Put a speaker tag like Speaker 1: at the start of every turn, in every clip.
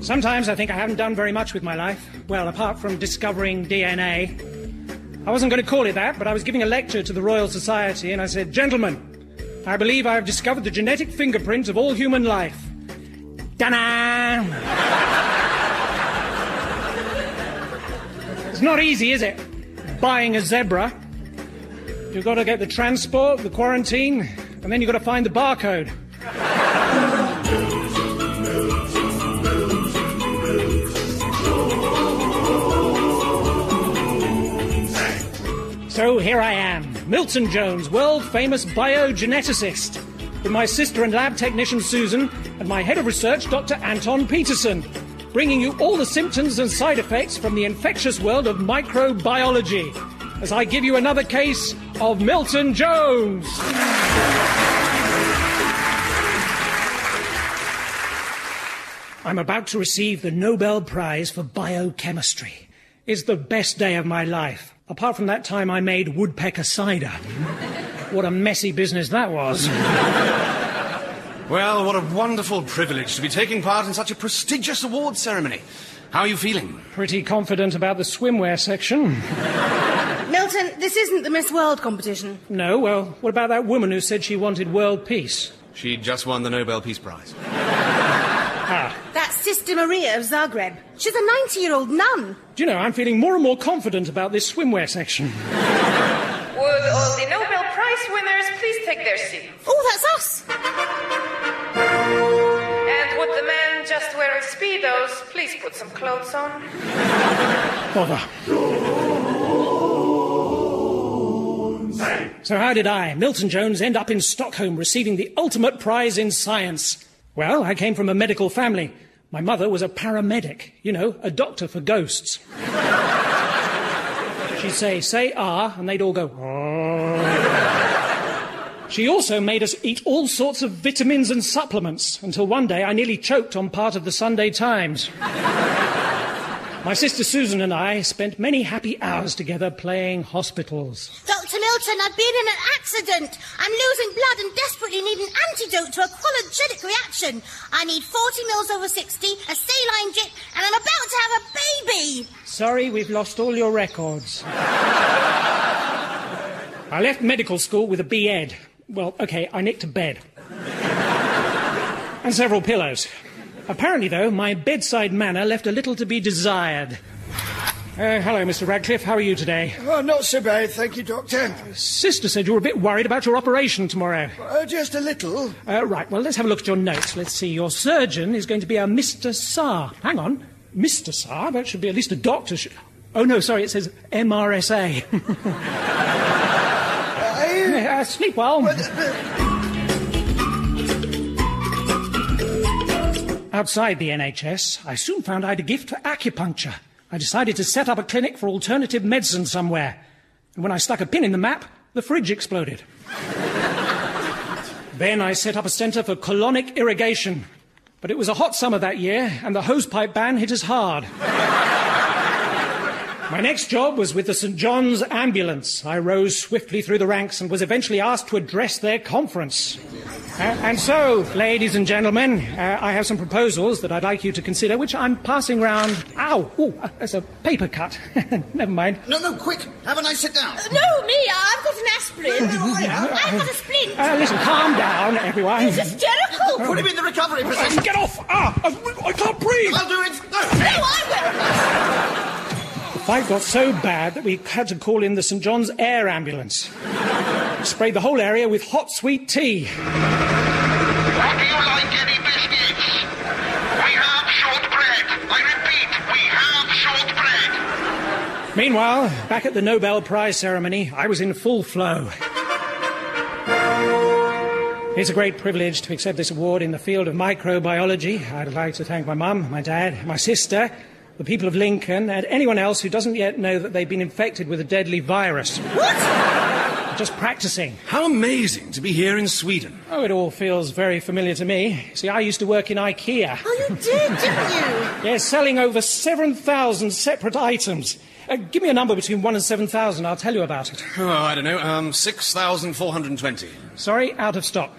Speaker 1: Sometimes I think I haven't done very much with my life. Well, apart from discovering DNA. I wasn't going to call it that, but I was giving a lecture to the Royal Society and I said, Gentlemen, I believe I have discovered the genetic fingerprint of all human life. Ta-da! it's not easy, is it? Buying a zebra. You've got to get the transport, the quarantine, and then you've got to find the barcode. So here I am, Milton Jones, world famous biogeneticist, with my sister and lab technician Susan, and my head of research, Dr. Anton Peterson, bringing you all the symptoms and side effects from the infectious world of microbiology, as I give you another case of Milton Jones. I'm about to receive the Nobel Prize for Biochemistry. It's the best day of my life. Apart from that time I made woodpecker cider. what a messy business that was.
Speaker 2: Well, what a wonderful privilege to be taking part in such a prestigious award ceremony. How are you feeling?
Speaker 1: Pretty confident about the swimwear section.
Speaker 3: Milton, this isn't the Miss World competition.
Speaker 1: No, well, what about that woman who said she wanted world peace?
Speaker 2: She just won the Nobel Peace Prize.
Speaker 3: That's Sister Maria of Zagreb. She's a 90 year old nun.
Speaker 1: Do you know, I'm feeling more and more confident about this swimwear section.
Speaker 4: Would all the Nobel Prize winners please take their seats?
Speaker 3: Oh, that's us.
Speaker 4: And would the man just wearing Speedos please put some clothes on?
Speaker 1: Bother. So, how did I, Milton Jones, end up in Stockholm receiving the ultimate prize in science? Well, I came from a medical family. My mother was a paramedic, you know, a doctor for ghosts. She'd say, say ah, and they'd all go, "Ah." She also made us eat all sorts of vitamins and supplements until one day I nearly choked on part of the Sunday Times. My sister Susan and I spent many happy hours together playing hospitals.
Speaker 5: Dr. Milton, I've been in an accident. I'm losing blood and desperately need an antidote to a cholinergic reaction. I need 40 mils over 60, a saline drip, and I'm about to have a baby.
Speaker 1: Sorry, we've lost all your records. I left medical school with a B.Ed. Well, okay, I nicked a bed. and several pillows. Apparently, though, my bedside manner left a little to be desired. Uh, hello, Mr. Radcliffe. How are you today?
Speaker 6: Oh, not so bad, thank you, Doctor.
Speaker 1: Sister said you were a bit worried about your operation tomorrow.
Speaker 6: Uh, just a little.
Speaker 1: Uh, right, well, let's have a look at your notes. Let's see. Your surgeon is going to be a Mr. Saar. Hang on. Mr. Saar? That should be at least a doctor. Sh- oh, no, sorry, it says MRSA. uh, sleep well. Outside the NHS, I soon found I had a gift for acupuncture. I decided to set up a clinic for alternative medicine somewhere. And when I stuck a pin in the map, the fridge exploded. then I set up a centre for colonic irrigation. But it was a hot summer that year, and the hosepipe ban hit us hard. My next job was with the St John's Ambulance. I rose swiftly through the ranks and was eventually asked to address their conference. Uh, and so, ladies and gentlemen, uh, I have some proposals that I'd like you to consider, which I'm passing round. Ow! Ooh, uh, that's a paper cut. Never mind.
Speaker 6: No, no, quick. Have a nice sit down.
Speaker 5: No, me, I've got an aspirin. I've got a splint.
Speaker 1: Uh, listen, calm down, everyone.
Speaker 5: It's
Speaker 7: Oh.
Speaker 5: hysterical.
Speaker 6: Put him in the recovery position.
Speaker 1: Get off! Ah! I, I can't
Speaker 7: Oh.
Speaker 1: breathe!
Speaker 6: I'll do it. No.
Speaker 5: No, I will.
Speaker 1: The fight got so bad that we had to call in the St John's Air Ambulance. Sprayed the whole area with hot sweet tea.
Speaker 7: Would you like any biscuits? We have shortbread. I repeat, we have shortbread.
Speaker 1: Meanwhile, back at the Nobel Prize ceremony, I was in full flow. It's a great privilege to accept this award in the field of microbiology. I'd like to thank my mum, my dad, my sister, the people of Lincoln, and anyone else who doesn't yet know that they've been infected with a deadly virus. What? Just practicing.
Speaker 2: How amazing to be here in Sweden.
Speaker 1: Oh, it all feels very familiar to me. See, I used to work in IKEA.
Speaker 3: Oh, you did, didn't you?
Speaker 1: They're selling over 7,000 separate items. Uh, give me a number between 1 and 7,000, I'll tell you about it.
Speaker 2: Oh, I don't know, um, 6,420.
Speaker 1: Sorry, out of stock.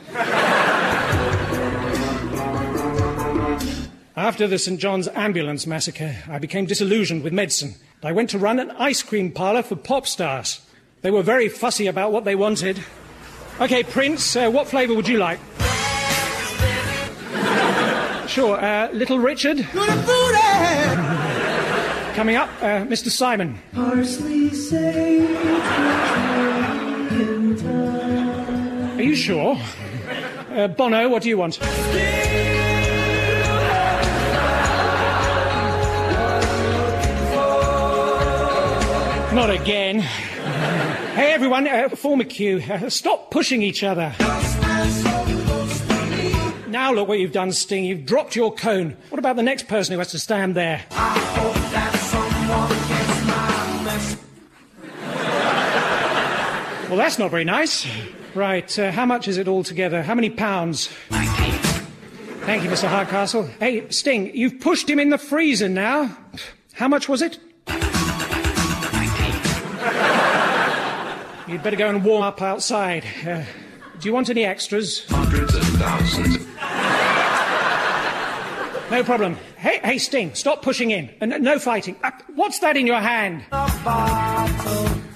Speaker 1: After the St. John's Ambulance massacre, I became disillusioned with medicine. I went to run an ice cream parlour for pop stars. They were very fussy about what they wanted. Okay, Prince, uh, what flavour would you like? Sure, uh, Little Richard. Coming up, uh, Mr. Simon.
Speaker 8: Parsley saved in time.
Speaker 1: Are you sure? Uh, Bono, what do you want? Not again. hey, everyone, uh, form a queue. Uh, stop pushing each other. Now look what you've done, Sting. You've dropped your cone. What about the next person who has to stand there? Well, that's not very nice. Right, uh, how much is it altogether? How many pounds? Thank you, Mr. Hardcastle. Hey, Sting, you've pushed him in the freezer now. How much was it? You'd better go and warm up outside. Uh, do you want any extras?
Speaker 7: Hundreds of thousands.
Speaker 1: No problem. Hey, hey, Sting, stop pushing in. And no fighting. Uh, what's that in your hand?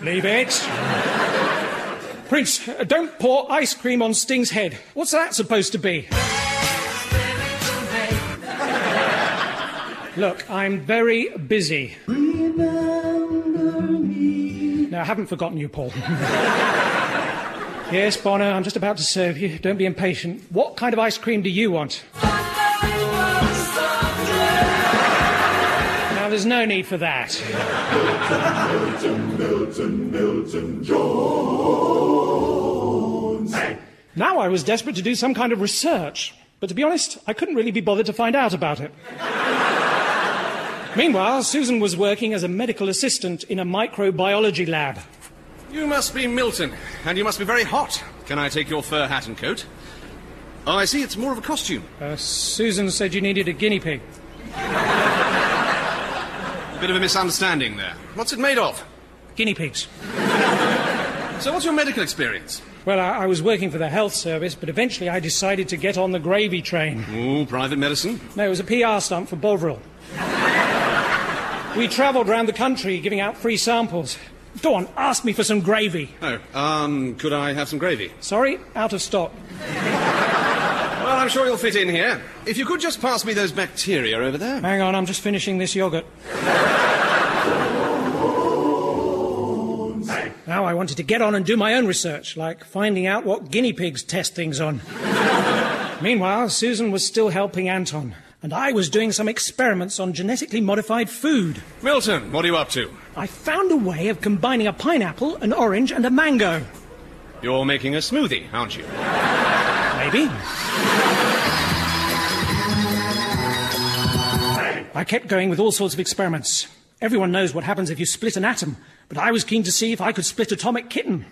Speaker 1: Leave it. Prince, uh, don't pour ice cream on Sting's head. What's that supposed to be? Look, I'm very busy.
Speaker 8: Remember me.
Speaker 1: No, I haven't forgotten you, Paul. yes, Bonner, I'm just about to serve you. Don't be impatient. What kind of ice cream do you want? Now, there's no need for that.
Speaker 8: Milton, Milton, Milton Jones.
Speaker 1: Now I was desperate to do some kind of research, but to be honest, I couldn't really be bothered to find out about it. Meanwhile, Susan was working as a medical assistant in a microbiology lab.
Speaker 2: You must be Milton, and you must be very hot. Can I take your fur hat and coat? Oh, I see, it's more of a costume.
Speaker 1: Uh, Susan said you needed a guinea pig.
Speaker 2: A bit of a misunderstanding there. What's it made of?
Speaker 1: Guinea pigs.
Speaker 2: So, what's your medical experience?
Speaker 1: Well, I, I was working for the health service, but eventually I decided to get on the gravy train.
Speaker 2: Ooh, private medicine.
Speaker 1: No, it was a PR stunt for Bovril. we travelled round the country giving out free samples. Go on, ask me for some gravy.
Speaker 2: Oh, um, could I have some gravy?
Speaker 1: Sorry, out of stock.
Speaker 2: Well, I'm sure you'll fit in here. If you could just pass me those bacteria over there.
Speaker 1: Hang on, I'm just finishing this yogurt. now I wanted to get on and do my own research, like finding out what guinea pigs test things on. Meanwhile, Susan was still helping Anton, and I was doing some experiments on genetically modified food.
Speaker 2: Milton, what are you up to?
Speaker 1: I found a way of combining a pineapple, an orange, and a mango.
Speaker 2: You're making a smoothie, aren't you?
Speaker 1: Maybe. I kept going with all sorts of experiments. Everyone knows what happens if you split an atom, but I was keen to see if I could split atomic kitten.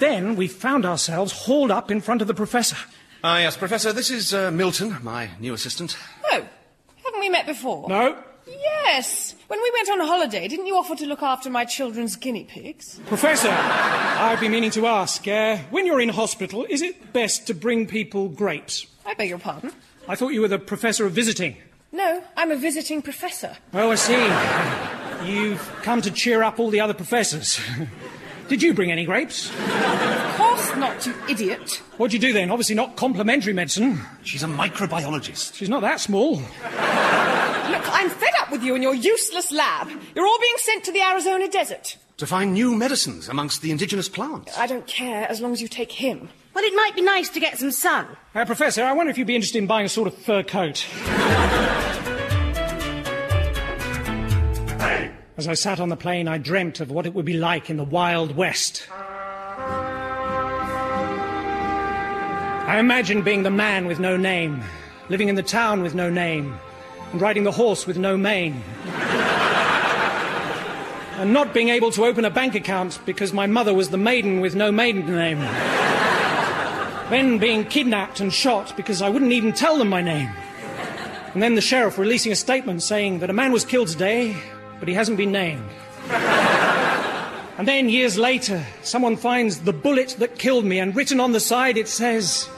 Speaker 1: then we found ourselves hauled up in front of the professor.
Speaker 2: Ah, yes, Professor, this is uh, Milton, my new assistant.
Speaker 4: Oh, haven't we met before?
Speaker 1: No,
Speaker 4: Yes. When we went on holiday, didn't you offer to look after my children's guinea pigs?
Speaker 1: Professor, I've been meaning to ask uh, when you're in hospital, is it best to bring people grapes?
Speaker 4: I beg your pardon.
Speaker 1: I thought you were the professor of visiting.
Speaker 4: No, I'm a visiting professor.
Speaker 1: Oh, I see. You've come to cheer up all the other professors. Did you bring any grapes?
Speaker 4: Of course not, you idiot.
Speaker 1: What'd you do then? Obviously, not complementary medicine.
Speaker 2: She's a microbiologist.
Speaker 1: She's not that small.
Speaker 4: Look, I'm fed up with you and your useless lab. You're all being sent to the Arizona desert.
Speaker 2: To find new medicines amongst the indigenous plants.
Speaker 4: I don't care as long as you take him.
Speaker 3: Well, it might be nice to get some sun.
Speaker 1: Uh, professor, I wonder if you'd be interested in buying a sort of fur coat. As I sat on the plane, I dreamt of what it would be like in the Wild West. I imagined being the man with no name, living in the town with no name, and riding the horse with no mane. and not being able to open a bank account because my mother was the maiden with no maiden name. Then being kidnapped and shot because I wouldn't even tell them my name. And then the sheriff releasing a statement saying that a man was killed today, but he hasn't been named. and then years later, someone finds the bullet that killed me, and written on the side it says,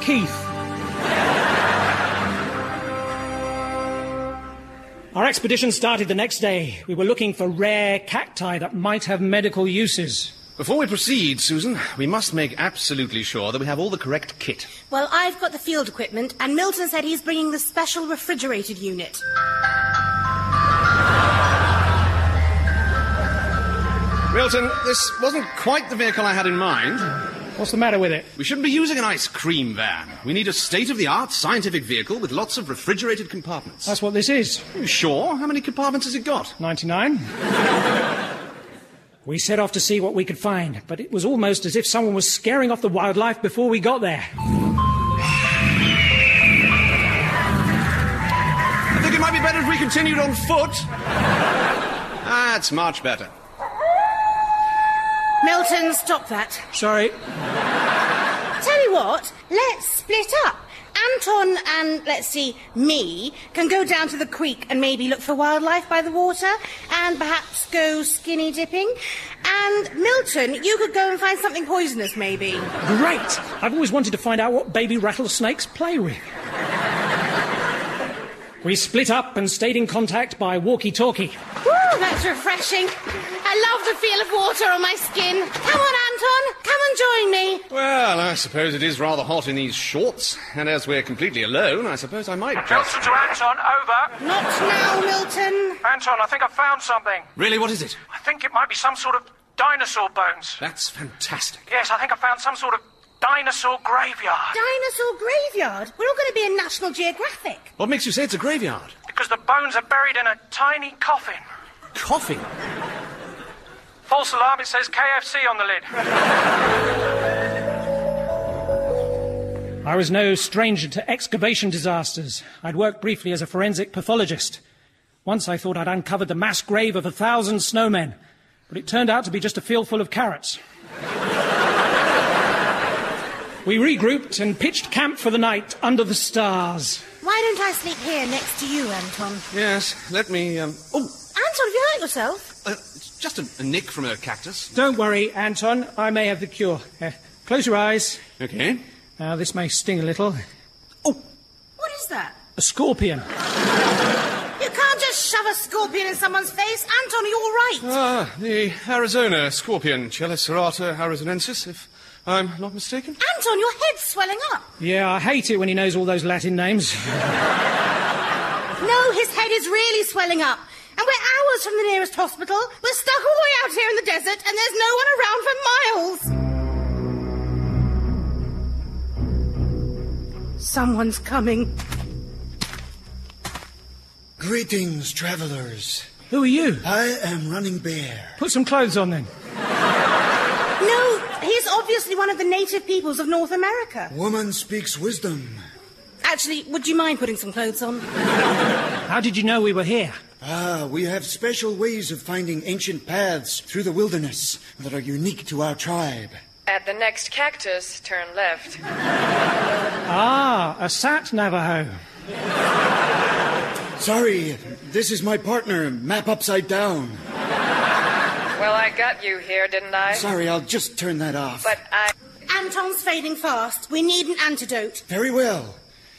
Speaker 1: Keith. Our expedition started the next day. We were looking for rare cacti that might have medical uses.
Speaker 2: Before we proceed, Susan, we must make absolutely sure that we have all the correct kit.
Speaker 3: Well, I've got the field equipment, and Milton said he's bringing the special refrigerated unit.
Speaker 2: Milton, this wasn't quite the vehicle I had in mind.
Speaker 1: What's the matter with it?
Speaker 2: We shouldn't be using an ice cream van. We need a state of the art scientific vehicle with lots of refrigerated compartments.
Speaker 1: That's what this is.
Speaker 2: You sure? How many compartments has it got?
Speaker 1: 99. we set off to see what we could find, but it was almost as if someone was scaring off the wildlife before we got there.
Speaker 2: I think it might be better if we continued on foot. That's much better.
Speaker 3: Milton, stop that.
Speaker 1: Sorry.
Speaker 3: Tell you what, let's split up. Anton and, let's see, me can go down to the creek and maybe look for wildlife by the water and perhaps go skinny dipping. And Milton, you could go and find something poisonous maybe.
Speaker 1: Great! I've always wanted to find out what baby rattlesnakes play with. we split up and stayed in contact by walkie talkie.
Speaker 5: Woo, that's refreshing. I love the feel of water on my skin.
Speaker 3: Come on, Anton, come and join me.
Speaker 2: Well, I suppose it is rather hot in these shorts, and as we're completely alone, I suppose I might just.
Speaker 9: Milton to Anton, over.
Speaker 3: Not now, Milton.
Speaker 9: Anton, I think I found something.
Speaker 2: Really, what is it?
Speaker 9: I think it might be some sort of dinosaur bones.
Speaker 2: That's fantastic.
Speaker 9: Yes, I think I found some sort of dinosaur graveyard.
Speaker 3: Dinosaur graveyard? We're all going to be in National Geographic.
Speaker 2: What makes you say it's a graveyard?
Speaker 9: Because the bones are buried in a tiny coffin.
Speaker 2: Coffin.
Speaker 9: False alarm, it says KFC on the lid.
Speaker 1: I was no stranger to excavation disasters. I'd worked briefly as a forensic pathologist. Once I thought I'd uncovered the mass grave of a thousand snowmen, but it turned out to be just a field full of carrots. we regrouped and pitched camp for the night under the stars.
Speaker 3: Why don't I sleep here next to you, Anton?
Speaker 2: Yes, let me. Um... Oh,
Speaker 3: Anton, have you hurt yourself?
Speaker 2: uh, it's just a, a nick from a cactus.
Speaker 1: Don't worry, Anton, I may have the cure. Here, close your eyes.
Speaker 2: Okay.
Speaker 1: Now, this may sting a little. Oh,
Speaker 3: What is that?
Speaker 1: A scorpion.
Speaker 3: You can't just shove a scorpion in someone's face. Anton, are you all right?
Speaker 2: Ah, the Arizona scorpion, Chelicerata arizonensis, if I'm not mistaken.
Speaker 3: Anton, your head's swelling up.
Speaker 1: Yeah, I hate it when he knows all those Latin names.
Speaker 3: No, his head is really swelling up. And we're hours from the nearest hospital. We're stuck all the way out here in the desert, and there's no one around for miles. Someone's coming.
Speaker 6: Greetings, travelers.
Speaker 1: Who are you?
Speaker 6: I am Running Bear.
Speaker 1: Put some clothes on then.
Speaker 3: No, he's obviously one of the native peoples of North America.
Speaker 6: Woman speaks wisdom.
Speaker 3: Actually, would you mind putting some clothes on?
Speaker 1: How did you know we were here?
Speaker 6: Ah, we have special ways of finding ancient paths through the wilderness that are unique to our tribe.
Speaker 10: At the next cactus, turn left.
Speaker 1: Ah, a sat Navajo.
Speaker 6: Sorry, this is my partner, Map Upside Down.
Speaker 10: Well, I got you here, didn't I?
Speaker 6: Sorry, I'll just turn that off.
Speaker 10: But I.
Speaker 3: Anton's fading fast. We need an antidote.
Speaker 6: Very well.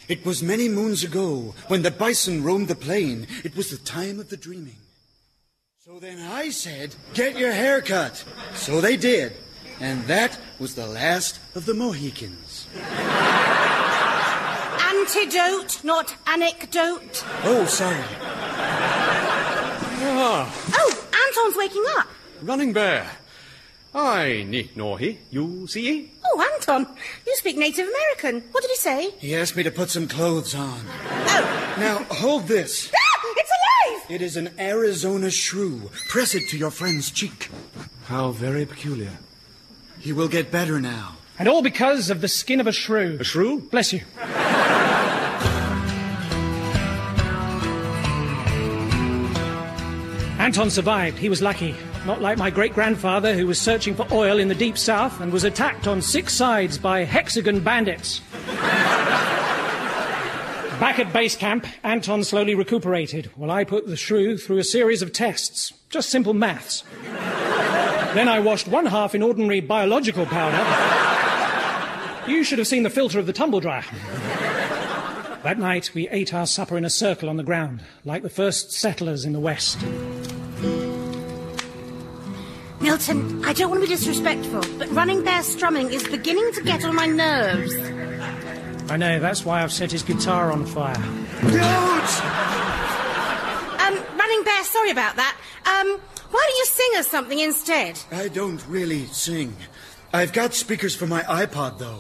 Speaker 6: It was many moons ago when the bison roamed the plain. It was the time of the dreaming. So then I said, Get your hair cut. So they did. And that was the last of the Mohicans.
Speaker 3: Antidote, not anecdote.
Speaker 6: Oh, sorry.
Speaker 3: Oh, Anton's waking up.
Speaker 2: Ah, Running bear. I ni nohi, you see?
Speaker 3: Oh, Anton, you speak Native American. What did he say?
Speaker 6: He asked me to put some clothes on.
Speaker 3: Oh,
Speaker 6: Now, hold this.
Speaker 3: ah, it's alive!
Speaker 6: It is an Arizona shrew. Press it to your friend's cheek. How very peculiar. He will get better now.
Speaker 1: And all because of the skin of a shrew.
Speaker 2: A shrew?
Speaker 1: Bless you. Anton survived. He was lucky. Not like my great grandfather, who was searching for oil in the deep south and was attacked on six sides by hexagon bandits. Back at base camp, Anton slowly recuperated while I put the shrew through a series of tests. Just simple maths. then I washed one half in ordinary biological powder. You should have seen the filter of the tumble dryer. That night, we ate our supper in a circle on the ground, like the first settlers in the West.
Speaker 3: Milton, I don't want to be disrespectful, but running bear strumming is beginning to get on my nerves.
Speaker 1: I know, that's why I've set his guitar on fire.
Speaker 3: Um, running bear, sorry about that. Um, why don't you sing us something instead?
Speaker 6: I don't really sing. I've got speakers for my iPod, though.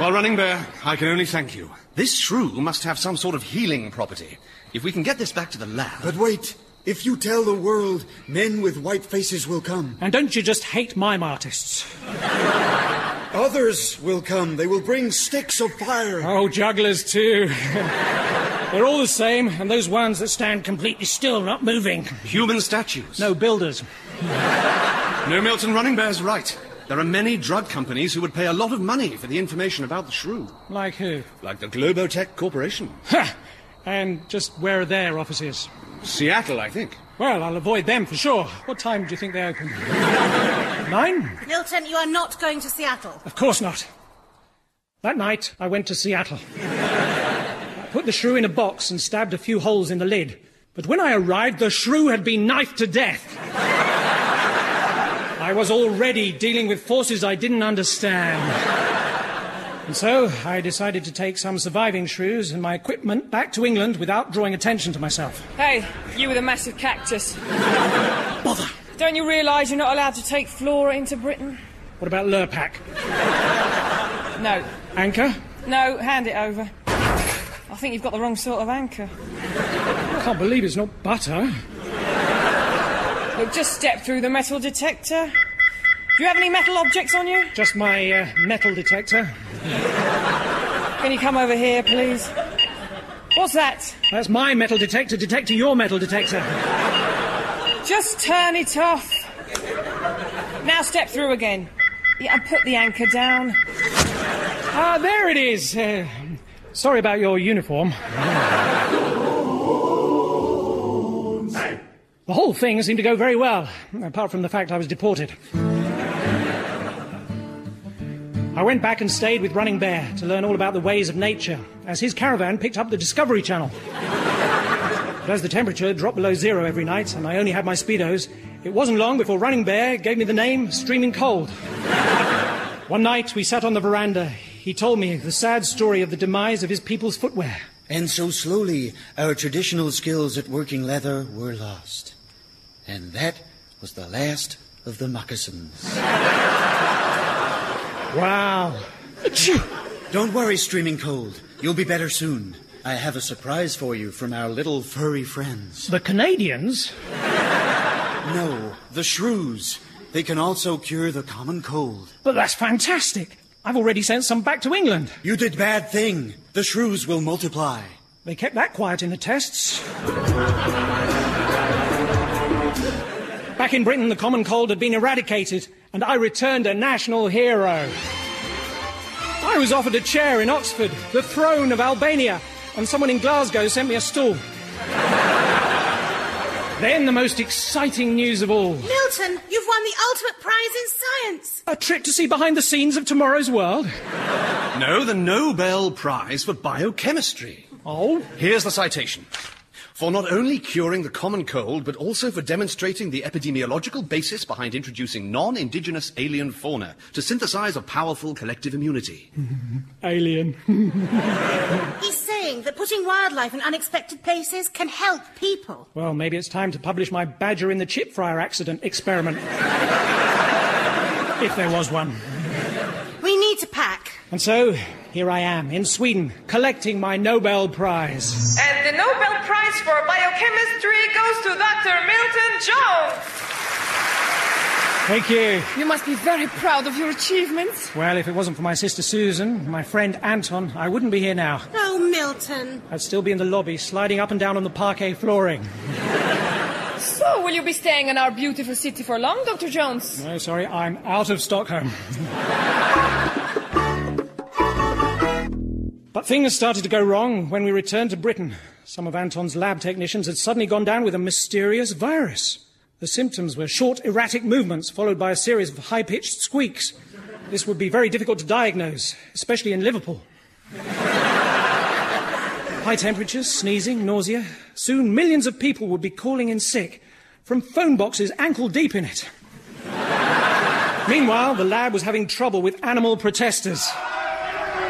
Speaker 2: Well, Running Bear, I can only thank you. This shrew must have some sort of healing property. If we can get this back to the lab.
Speaker 6: But wait, if you tell the world, men with white faces will come.
Speaker 1: And don't you just hate mime artists?
Speaker 6: Others will come. They will bring sticks of fire.
Speaker 1: Oh, jugglers, too. They're all the same, and those ones that stand completely still, not moving.
Speaker 2: Human statues.
Speaker 1: No builders.
Speaker 2: No, Milton, Running Bear's right. There are many drug companies who would pay a lot of money for the information about the shrew,
Speaker 1: Like who?
Speaker 2: like the Globotech Corporation.
Speaker 1: Ha! And just where are their offices?
Speaker 2: Seattle, I think.
Speaker 1: Well, I'll avoid them for sure. What time do you think they open? Nine?
Speaker 3: Milton, you are not going to Seattle.
Speaker 1: Of course not. That night, I went to Seattle. I put the shrew in a box and stabbed a few holes in the lid. But when I arrived, the shrew had been knifed to death. I was already dealing with forces I didn't understand. And so I decided to take some surviving shrews and my equipment back to England without drawing attention to myself.
Speaker 4: Hey, you with a massive cactus. Bother! Don't you realise you're not allowed to take flora into Britain?
Speaker 1: What about Lurpak?
Speaker 4: No.
Speaker 1: Anchor?
Speaker 4: No, hand it over. I think you've got the wrong sort of anchor.
Speaker 1: I can't believe it's not butter.
Speaker 4: Look, just step through the metal detector. Do you have any metal objects on you?
Speaker 1: Just my uh, metal detector.
Speaker 4: Can you come over here, please? What's that?
Speaker 1: That's my metal detector detecting your metal detector.
Speaker 4: Just turn it off. Now step through again. Yeah, and put the anchor down.
Speaker 1: Ah, there it is. Uh, sorry about your uniform. The whole thing seemed to go very well, apart from the fact I was deported. I went back and stayed with Running Bear to learn all about the ways of nature, as his caravan picked up the Discovery Channel. But as the temperature dropped below zero every night and I only had my Speedos, it wasn't long before Running Bear gave me the name Streaming Cold. One night we sat on the veranda. He told me the sad story of the demise of his people's footwear.
Speaker 6: And so slowly, our traditional skills at working leather were lost. And that was the last of the moccasins.
Speaker 1: Wow.
Speaker 6: Don't worry, Streaming Cold. You'll be better soon. I have a surprise for you from our little furry friends.
Speaker 1: The Canadians?
Speaker 6: No, the shrews. They can also cure the common cold.
Speaker 1: But that's fantastic. I've already sent some back to England.
Speaker 6: You did bad thing. The shrews will multiply.
Speaker 1: They kept that quiet in the tests. Back in Britain, the common cold had been eradicated, and I returned a national hero. I was offered a chair in Oxford, the throne of Albania, and someone in Glasgow sent me a stool. then, the most exciting news of all
Speaker 3: Milton, you've won the ultimate prize in science.
Speaker 1: a trip to see behind the scenes of tomorrow's world.
Speaker 2: No, the Nobel Prize for Biochemistry.
Speaker 1: Oh,
Speaker 2: Here's the citation. For not only curing the common cold, but also for demonstrating the epidemiological basis behind introducing non indigenous alien fauna to synthesize a powerful collective immunity.
Speaker 1: alien.
Speaker 3: He's saying that putting wildlife in unexpected places can help people.
Speaker 1: Well, maybe it's time to publish my badger in the chip fryer accident experiment. if there was one.
Speaker 3: We need to pack.
Speaker 1: And so, here I am in Sweden, collecting my Nobel Prize.
Speaker 10: And the Nobel Prize for Biochemistry goes to Dr. Milton Jones.
Speaker 1: Thank you.
Speaker 4: You must be very proud of your achievements.
Speaker 1: Well, if it wasn't for my sister Susan, my friend Anton, I wouldn't be here now.
Speaker 3: Oh, Milton.
Speaker 1: I'd still be in the lobby, sliding up and down on the parquet flooring.
Speaker 4: So, will you be staying in our beautiful city for long, Dr. Jones?
Speaker 1: No, sorry, I'm out of Stockholm. but things started to go wrong when we returned to Britain. Some of Anton's lab technicians had suddenly gone down with a mysterious virus. The symptoms were short, erratic movements followed by a series of high pitched squeaks. This would be very difficult to diagnose, especially in Liverpool. High temperatures, sneezing, nausea. Soon millions of people would be calling in sick from phone boxes ankle deep in it. Meanwhile, the lab was having trouble with animal protesters.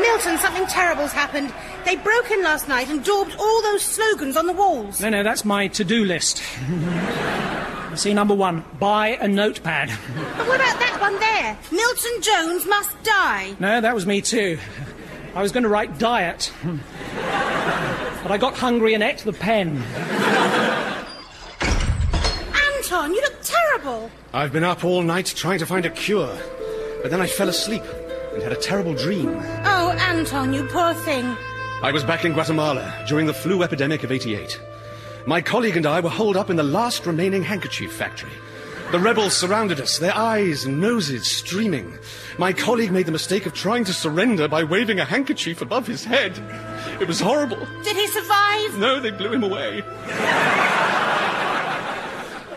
Speaker 3: Milton, something terrible's happened. They broke in last night and daubed all those slogans on the walls.
Speaker 1: No, no, that's my to do list. See number one buy a notepad.
Speaker 3: But what about that one there? Milton Jones must die.
Speaker 1: No, that was me too. I was going to write diet. But I got hungry and ate the pen.
Speaker 3: Anton, you look terrible.
Speaker 2: I've been up all night trying to find a cure, but then I fell asleep and had a terrible dream.
Speaker 3: Oh, Anton, you poor thing.
Speaker 2: I was back in Guatemala during the flu epidemic of 88. My colleague and I were holed up in the last remaining handkerchief factory. The rebels surrounded us, their eyes and noses streaming. My colleague made the mistake of trying to surrender by waving a handkerchief above his head. It was horrible.
Speaker 3: Did he survive?
Speaker 2: No, they blew him away.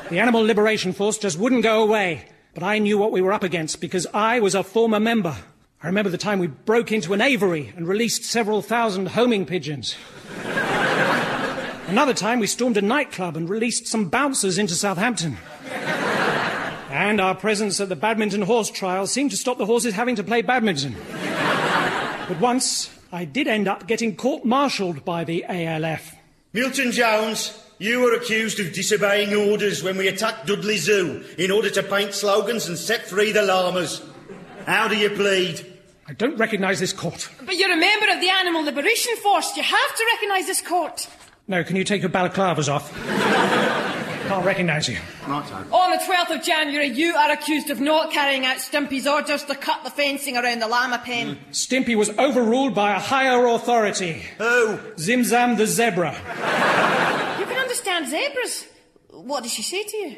Speaker 1: The Animal Liberation Force just wouldn't go away. But I knew what we were up against because I was a former member. I remember the time we broke into an aviary and released several thousand homing pigeons. Another time we stormed a nightclub and released some bouncers into Southampton. And our presence at the badminton horse trial seemed to stop the horses having to play badminton. But once I did end up getting court martialed by the ALF.
Speaker 11: Milton Jones, you were accused of disobeying orders when we attacked Dudley Zoo in order to paint slogans and set free the llamas. How do you plead?
Speaker 1: I don't recognise this court.
Speaker 4: But you're a member of the Animal Liberation Force. You have to recognise this court.
Speaker 1: No, can you take your balaclavas off? Can't recognise you.
Speaker 4: On the 12th of January, you are accused of not carrying out Stumpy's orders to cut the fencing around the llama pen.
Speaker 1: Stimpy was overruled by a higher authority.
Speaker 11: Who?
Speaker 1: Zimzam the zebra.
Speaker 4: You can understand zebras. What did she say to you?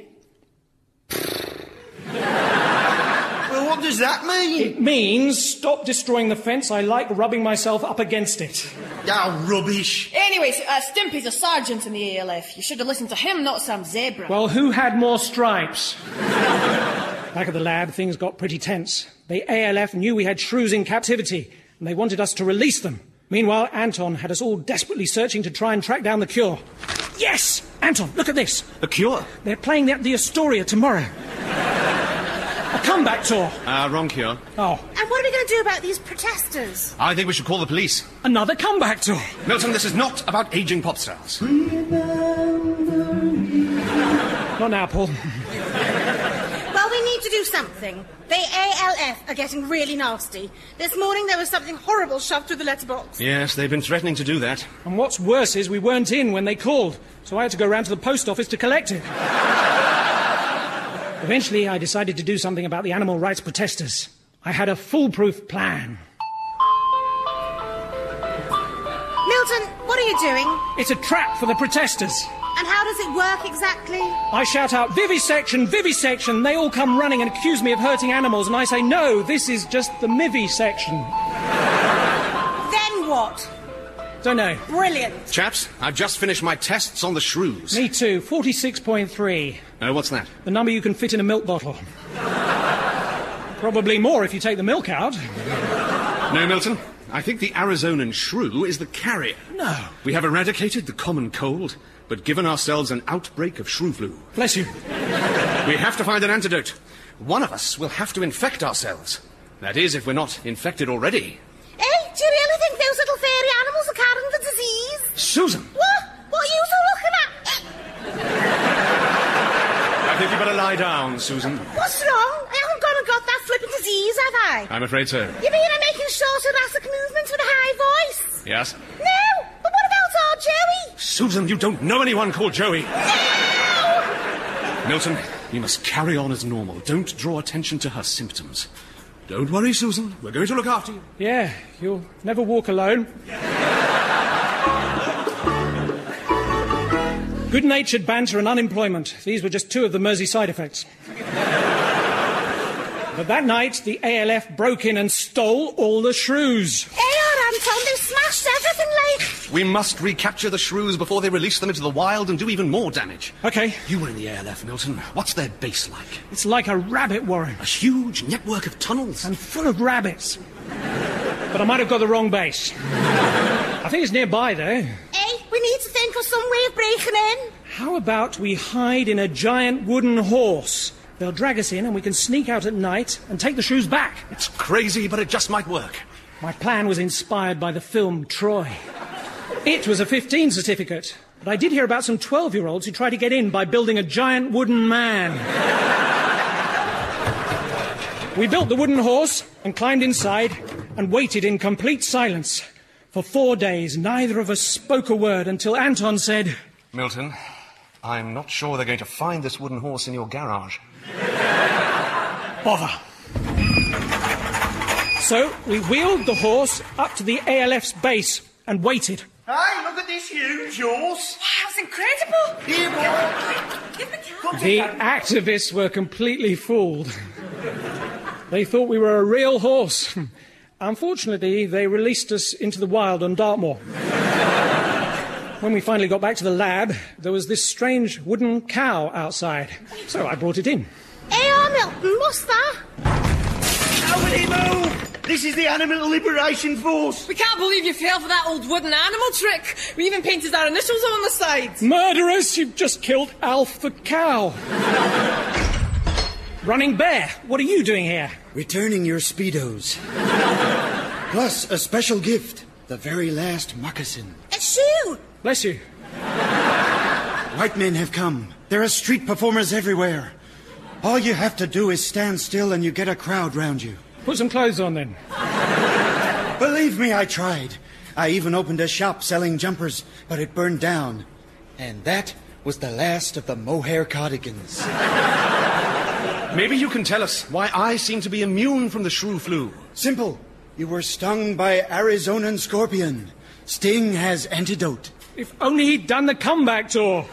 Speaker 11: Well, what does that mean?
Speaker 1: It means stop destroying the fence. I like rubbing myself up against it.
Speaker 11: Oh, rubbish.
Speaker 4: Anyways, uh, Stimpy's a sergeant in the ALF. You should have listened to him, not some zebra.
Speaker 1: Well, who had more stripes? Back at the lab, things got pretty tense. The ALF knew we had shrews in captivity, and they wanted us to release them. Meanwhile, Anton had us all desperately searching to try and track down the cure. Yes! Anton, look at this.
Speaker 2: A cure?
Speaker 1: They're playing at the Astoria tomorrow. A comeback tour.
Speaker 2: Uh, wrong cure.
Speaker 1: Oh,
Speaker 3: And what are we going to do about these protesters?
Speaker 2: I think we should call the police.
Speaker 1: another comeback tour.
Speaker 2: Milton, this is not about aging pop stars.
Speaker 1: Not now, Paul.
Speaker 3: Well, we need to do something. They ALF are getting really nasty. This morning there was something horrible shoved through the letterbox.
Speaker 2: Yes, they've been threatening to do that.
Speaker 1: And what's worse is we weren't in when they called, so I had to go round to the post office to collect it. Eventually, I decided to do something about the animal rights protesters. I had a foolproof plan.
Speaker 3: Milton, what are you doing?
Speaker 1: It's a trap for the protesters.
Speaker 3: And how does it work exactly?
Speaker 1: I shout out, vivisection, vivisection. They all come running and accuse me of hurting animals, and I say, no, this is just the mivisection.
Speaker 3: Then what?
Speaker 1: Don't know.
Speaker 3: Brilliant.
Speaker 2: Chaps, I've just finished my tests on the shrews.
Speaker 1: Me too. 46.3.
Speaker 2: Uh, what's that?
Speaker 1: The number you can fit in a milk bottle. Probably more if you take the milk out.
Speaker 2: No, Milton. I think the Arizonan shrew is the carrier.
Speaker 1: No.
Speaker 2: We have eradicated the common cold, but given ourselves an outbreak of shrew flu.
Speaker 1: Bless you.
Speaker 2: We have to find an antidote. One of us will have to infect ourselves. That is, if we're not infected already.
Speaker 5: Hey, do you really think those little fairy animals are carrying the disease?
Speaker 2: Susan!
Speaker 5: What? What are you so looking at? Eh,
Speaker 2: I think you better lie down, Susan.
Speaker 5: What's wrong? I haven't gone and got that flipping disease, have I?
Speaker 2: I'm afraid so.
Speaker 5: You mean I'm making short thoracic movements with a high voice?
Speaker 2: Yes?
Speaker 5: No, but what about our Joey?
Speaker 2: Susan, you don't know anyone called Joey. Milton, you must carry on as normal. Don't draw attention to her symptoms. Don't worry, Susan. We're going to look after you.
Speaker 1: Yeah, you'll never walk alone. Good natured banter and unemployment. These were just two of the Mersey side effects. But that night, the ALF broke in and stole all the shrews.
Speaker 5: Hey, all Anton, they smashed everything like.
Speaker 2: We must recapture the shrews before they release them into the wild and do even more damage.
Speaker 1: Okay,
Speaker 2: You were in the ALF, Milton. What's their base like?
Speaker 1: it's like a rabbit warren
Speaker 2: A huge network of tunnels.
Speaker 1: and full of rabbits. But I might have got the wrong base. I think it's nearby, though.
Speaker 5: Eh,
Speaker 3: for some way of breaking in?
Speaker 1: How about we hide in a giant wooden horse? They'll drag us in and we can sneak out at night and take the shoes back.
Speaker 2: It's crazy, but it just might work.
Speaker 1: My plan was inspired by the film Troy. It was a 15 certificate, but I did hear about some 12 year olds who tried to get in by building a giant wooden man. we built the wooden horse and climbed inside and waited in complete silence. For four days, neither of us spoke a word until Anton said,
Speaker 2: Milton, I'm not sure they're going to find this wooden horse in your garage.
Speaker 1: Bother. So we wheeled the horse up to the ALF's base and waited.
Speaker 11: Hey, look at this huge horse.
Speaker 10: Wow, it's incredible.
Speaker 11: Here, boy.
Speaker 10: Give the cat.
Speaker 1: The activists were completely fooled. They thought we were a real horse. Unfortunately, they released us into the wild on Dartmoor. when we finally got back to the lab, there was this strange wooden cow outside. So I brought it in.
Speaker 3: AR Milton, what's that?
Speaker 11: Nobody move. This is the Animal Liberation Force.
Speaker 4: We can't believe you fell for that old wooden animal trick. We even painted our initials on the sides.
Speaker 1: Murderers, you've just killed Alf the cow. Running Bear, what are you doing here?
Speaker 6: Returning your Speedos. Plus a special gift the very last moccasin.
Speaker 3: A shoe.
Speaker 1: Bless you.
Speaker 6: White men have come. There are street performers everywhere. All you have to do is stand still and you get a crowd round you.
Speaker 1: Put some clothes on then.
Speaker 6: Believe me, I tried. I even opened a shop selling jumpers, but it burned down. And that was the last of the mohair cardigans.
Speaker 2: Maybe you can tell us why I seem to be immune from the shrew flu.
Speaker 6: Simple. You were stung by Arizonan scorpion. Sting has antidote.
Speaker 1: If only he'd done the comeback tour.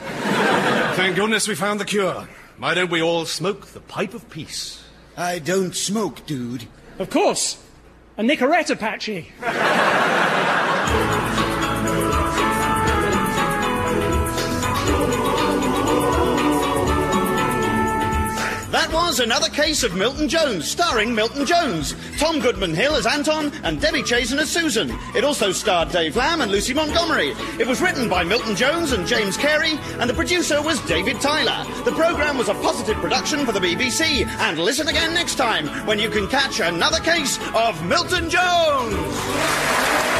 Speaker 2: Thank goodness we found the cure. Why don't we all smoke the pipe of peace?
Speaker 6: I don't smoke, dude.
Speaker 1: Of course. A Nicorette Apache.
Speaker 11: That was another case of Milton Jones, starring Milton Jones. Tom Goodman Hill as Anton and Debbie Chazen as Susan. It also starred Dave Lamb and Lucy Montgomery. It was written by Milton Jones and James Carey, and the producer was David Tyler. The programme was a positive production for the BBC, and listen again next time when you can catch another case of Milton Jones.